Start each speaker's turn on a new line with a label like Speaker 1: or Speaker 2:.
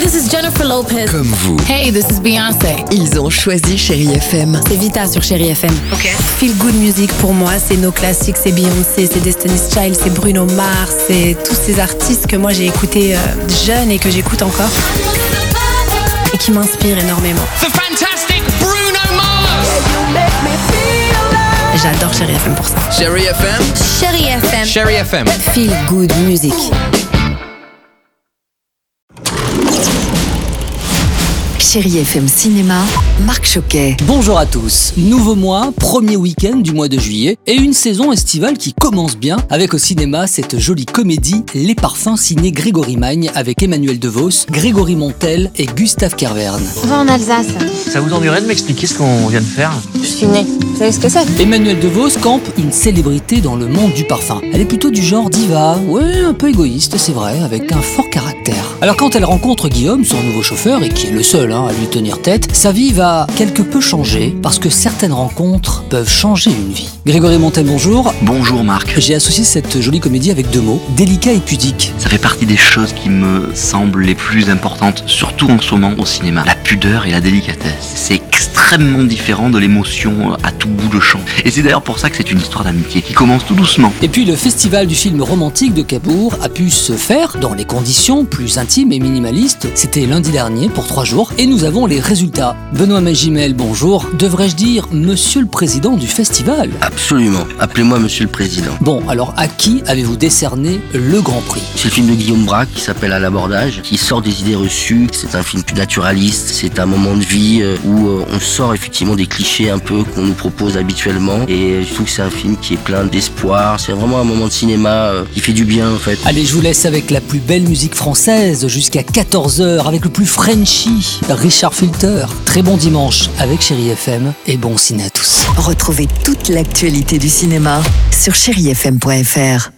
Speaker 1: this is Jennifer Lopez.
Speaker 2: Comme vous,
Speaker 3: Hey, this is Beyoncé.
Speaker 4: Ils ont choisi Chérie FM.
Speaker 5: C'est Vita sur Chéri FM.
Speaker 4: Ok.
Speaker 5: Feel Good Music pour moi, c'est nos classiques, c'est Beyoncé, c'est Destiny's Child, c'est Bruno Mars, c'est tous ces artistes que moi j'ai écoutés euh, jeune et que j'écoute encore et qui m'inspirent énormément.
Speaker 3: The fantastic Bruno Mars.
Speaker 5: J'adore Chéri FM pour ça.
Speaker 2: Chérie FM,
Speaker 1: Chérie FM.
Speaker 2: Chérie FM.
Speaker 4: Feel Good Music. Chérie FM Cinéma, Marc Choquet.
Speaker 6: Bonjour à tous. Nouveau mois, premier week-end du mois de juillet et une saison estivale qui commence bien avec au cinéma cette jolie comédie Les Parfums signée Grégory Magne avec Emmanuel DeVos, Grégory Montel et Gustave Kerverne.
Speaker 7: On va en Alsace.
Speaker 8: Ça vous ennuierait de m'expliquer ce qu'on vient de faire
Speaker 7: Je suis née. Vous savez ce que c'est
Speaker 6: Emmanuel DeVos campe une célébrité dans le monde du parfum. Elle est plutôt du genre diva, ouais, un peu égoïste, c'est vrai, avec un fort caractère. Alors quand elle rencontre Guillaume, son nouveau chauffeur, et qui est le seul hein, à lui tenir tête, sa vie va quelque peu changer parce que certaines rencontres peuvent changer une vie. Grégory Montel, bonjour.
Speaker 8: Bonjour Marc.
Speaker 6: J'ai associé cette jolie comédie avec deux mots, délicat et pudique.
Speaker 8: Ça fait partie des choses qui me semblent les plus importantes, surtout en ce moment au cinéma. La pudeur et la délicatesse. C'est extrêmement différent de l'émotion euh, à tout bout de champ. Et c'est d'ailleurs pour ça que c'est une histoire d'amitié qui commence tout doucement.
Speaker 6: Et puis le festival du film romantique de Cabourg a pu se faire dans les conditions plus intimes et minimalistes. C'était lundi dernier pour trois jours et nous avons les résultats. Benoît Magimel, bonjour. Devrais-je dire monsieur le président du festival
Speaker 9: Absolument. Appelez-moi Monsieur le Président.
Speaker 6: Bon, alors à qui avez-vous décerné le Grand Prix
Speaker 9: C'est le film de Guillaume Braque qui s'appelle À l'abordage, qui sort des idées reçues. C'est un film plus naturaliste. C'est un moment de vie euh, où euh, on sort effectivement des clichés un peu qu'on nous propose habituellement. Et euh, je trouve que c'est un film qui est plein d'espoir. C'est vraiment un moment de cinéma euh, qui fait du bien en fait.
Speaker 6: Allez, je vous laisse avec la plus belle musique française jusqu'à 14h avec le plus Frenchy, Richard Filter. Très bon dimanche avec Chéri FM et bon ciné à tous.
Speaker 4: Retrouvez toute l'actualité du cinéma sur chérifm.fr.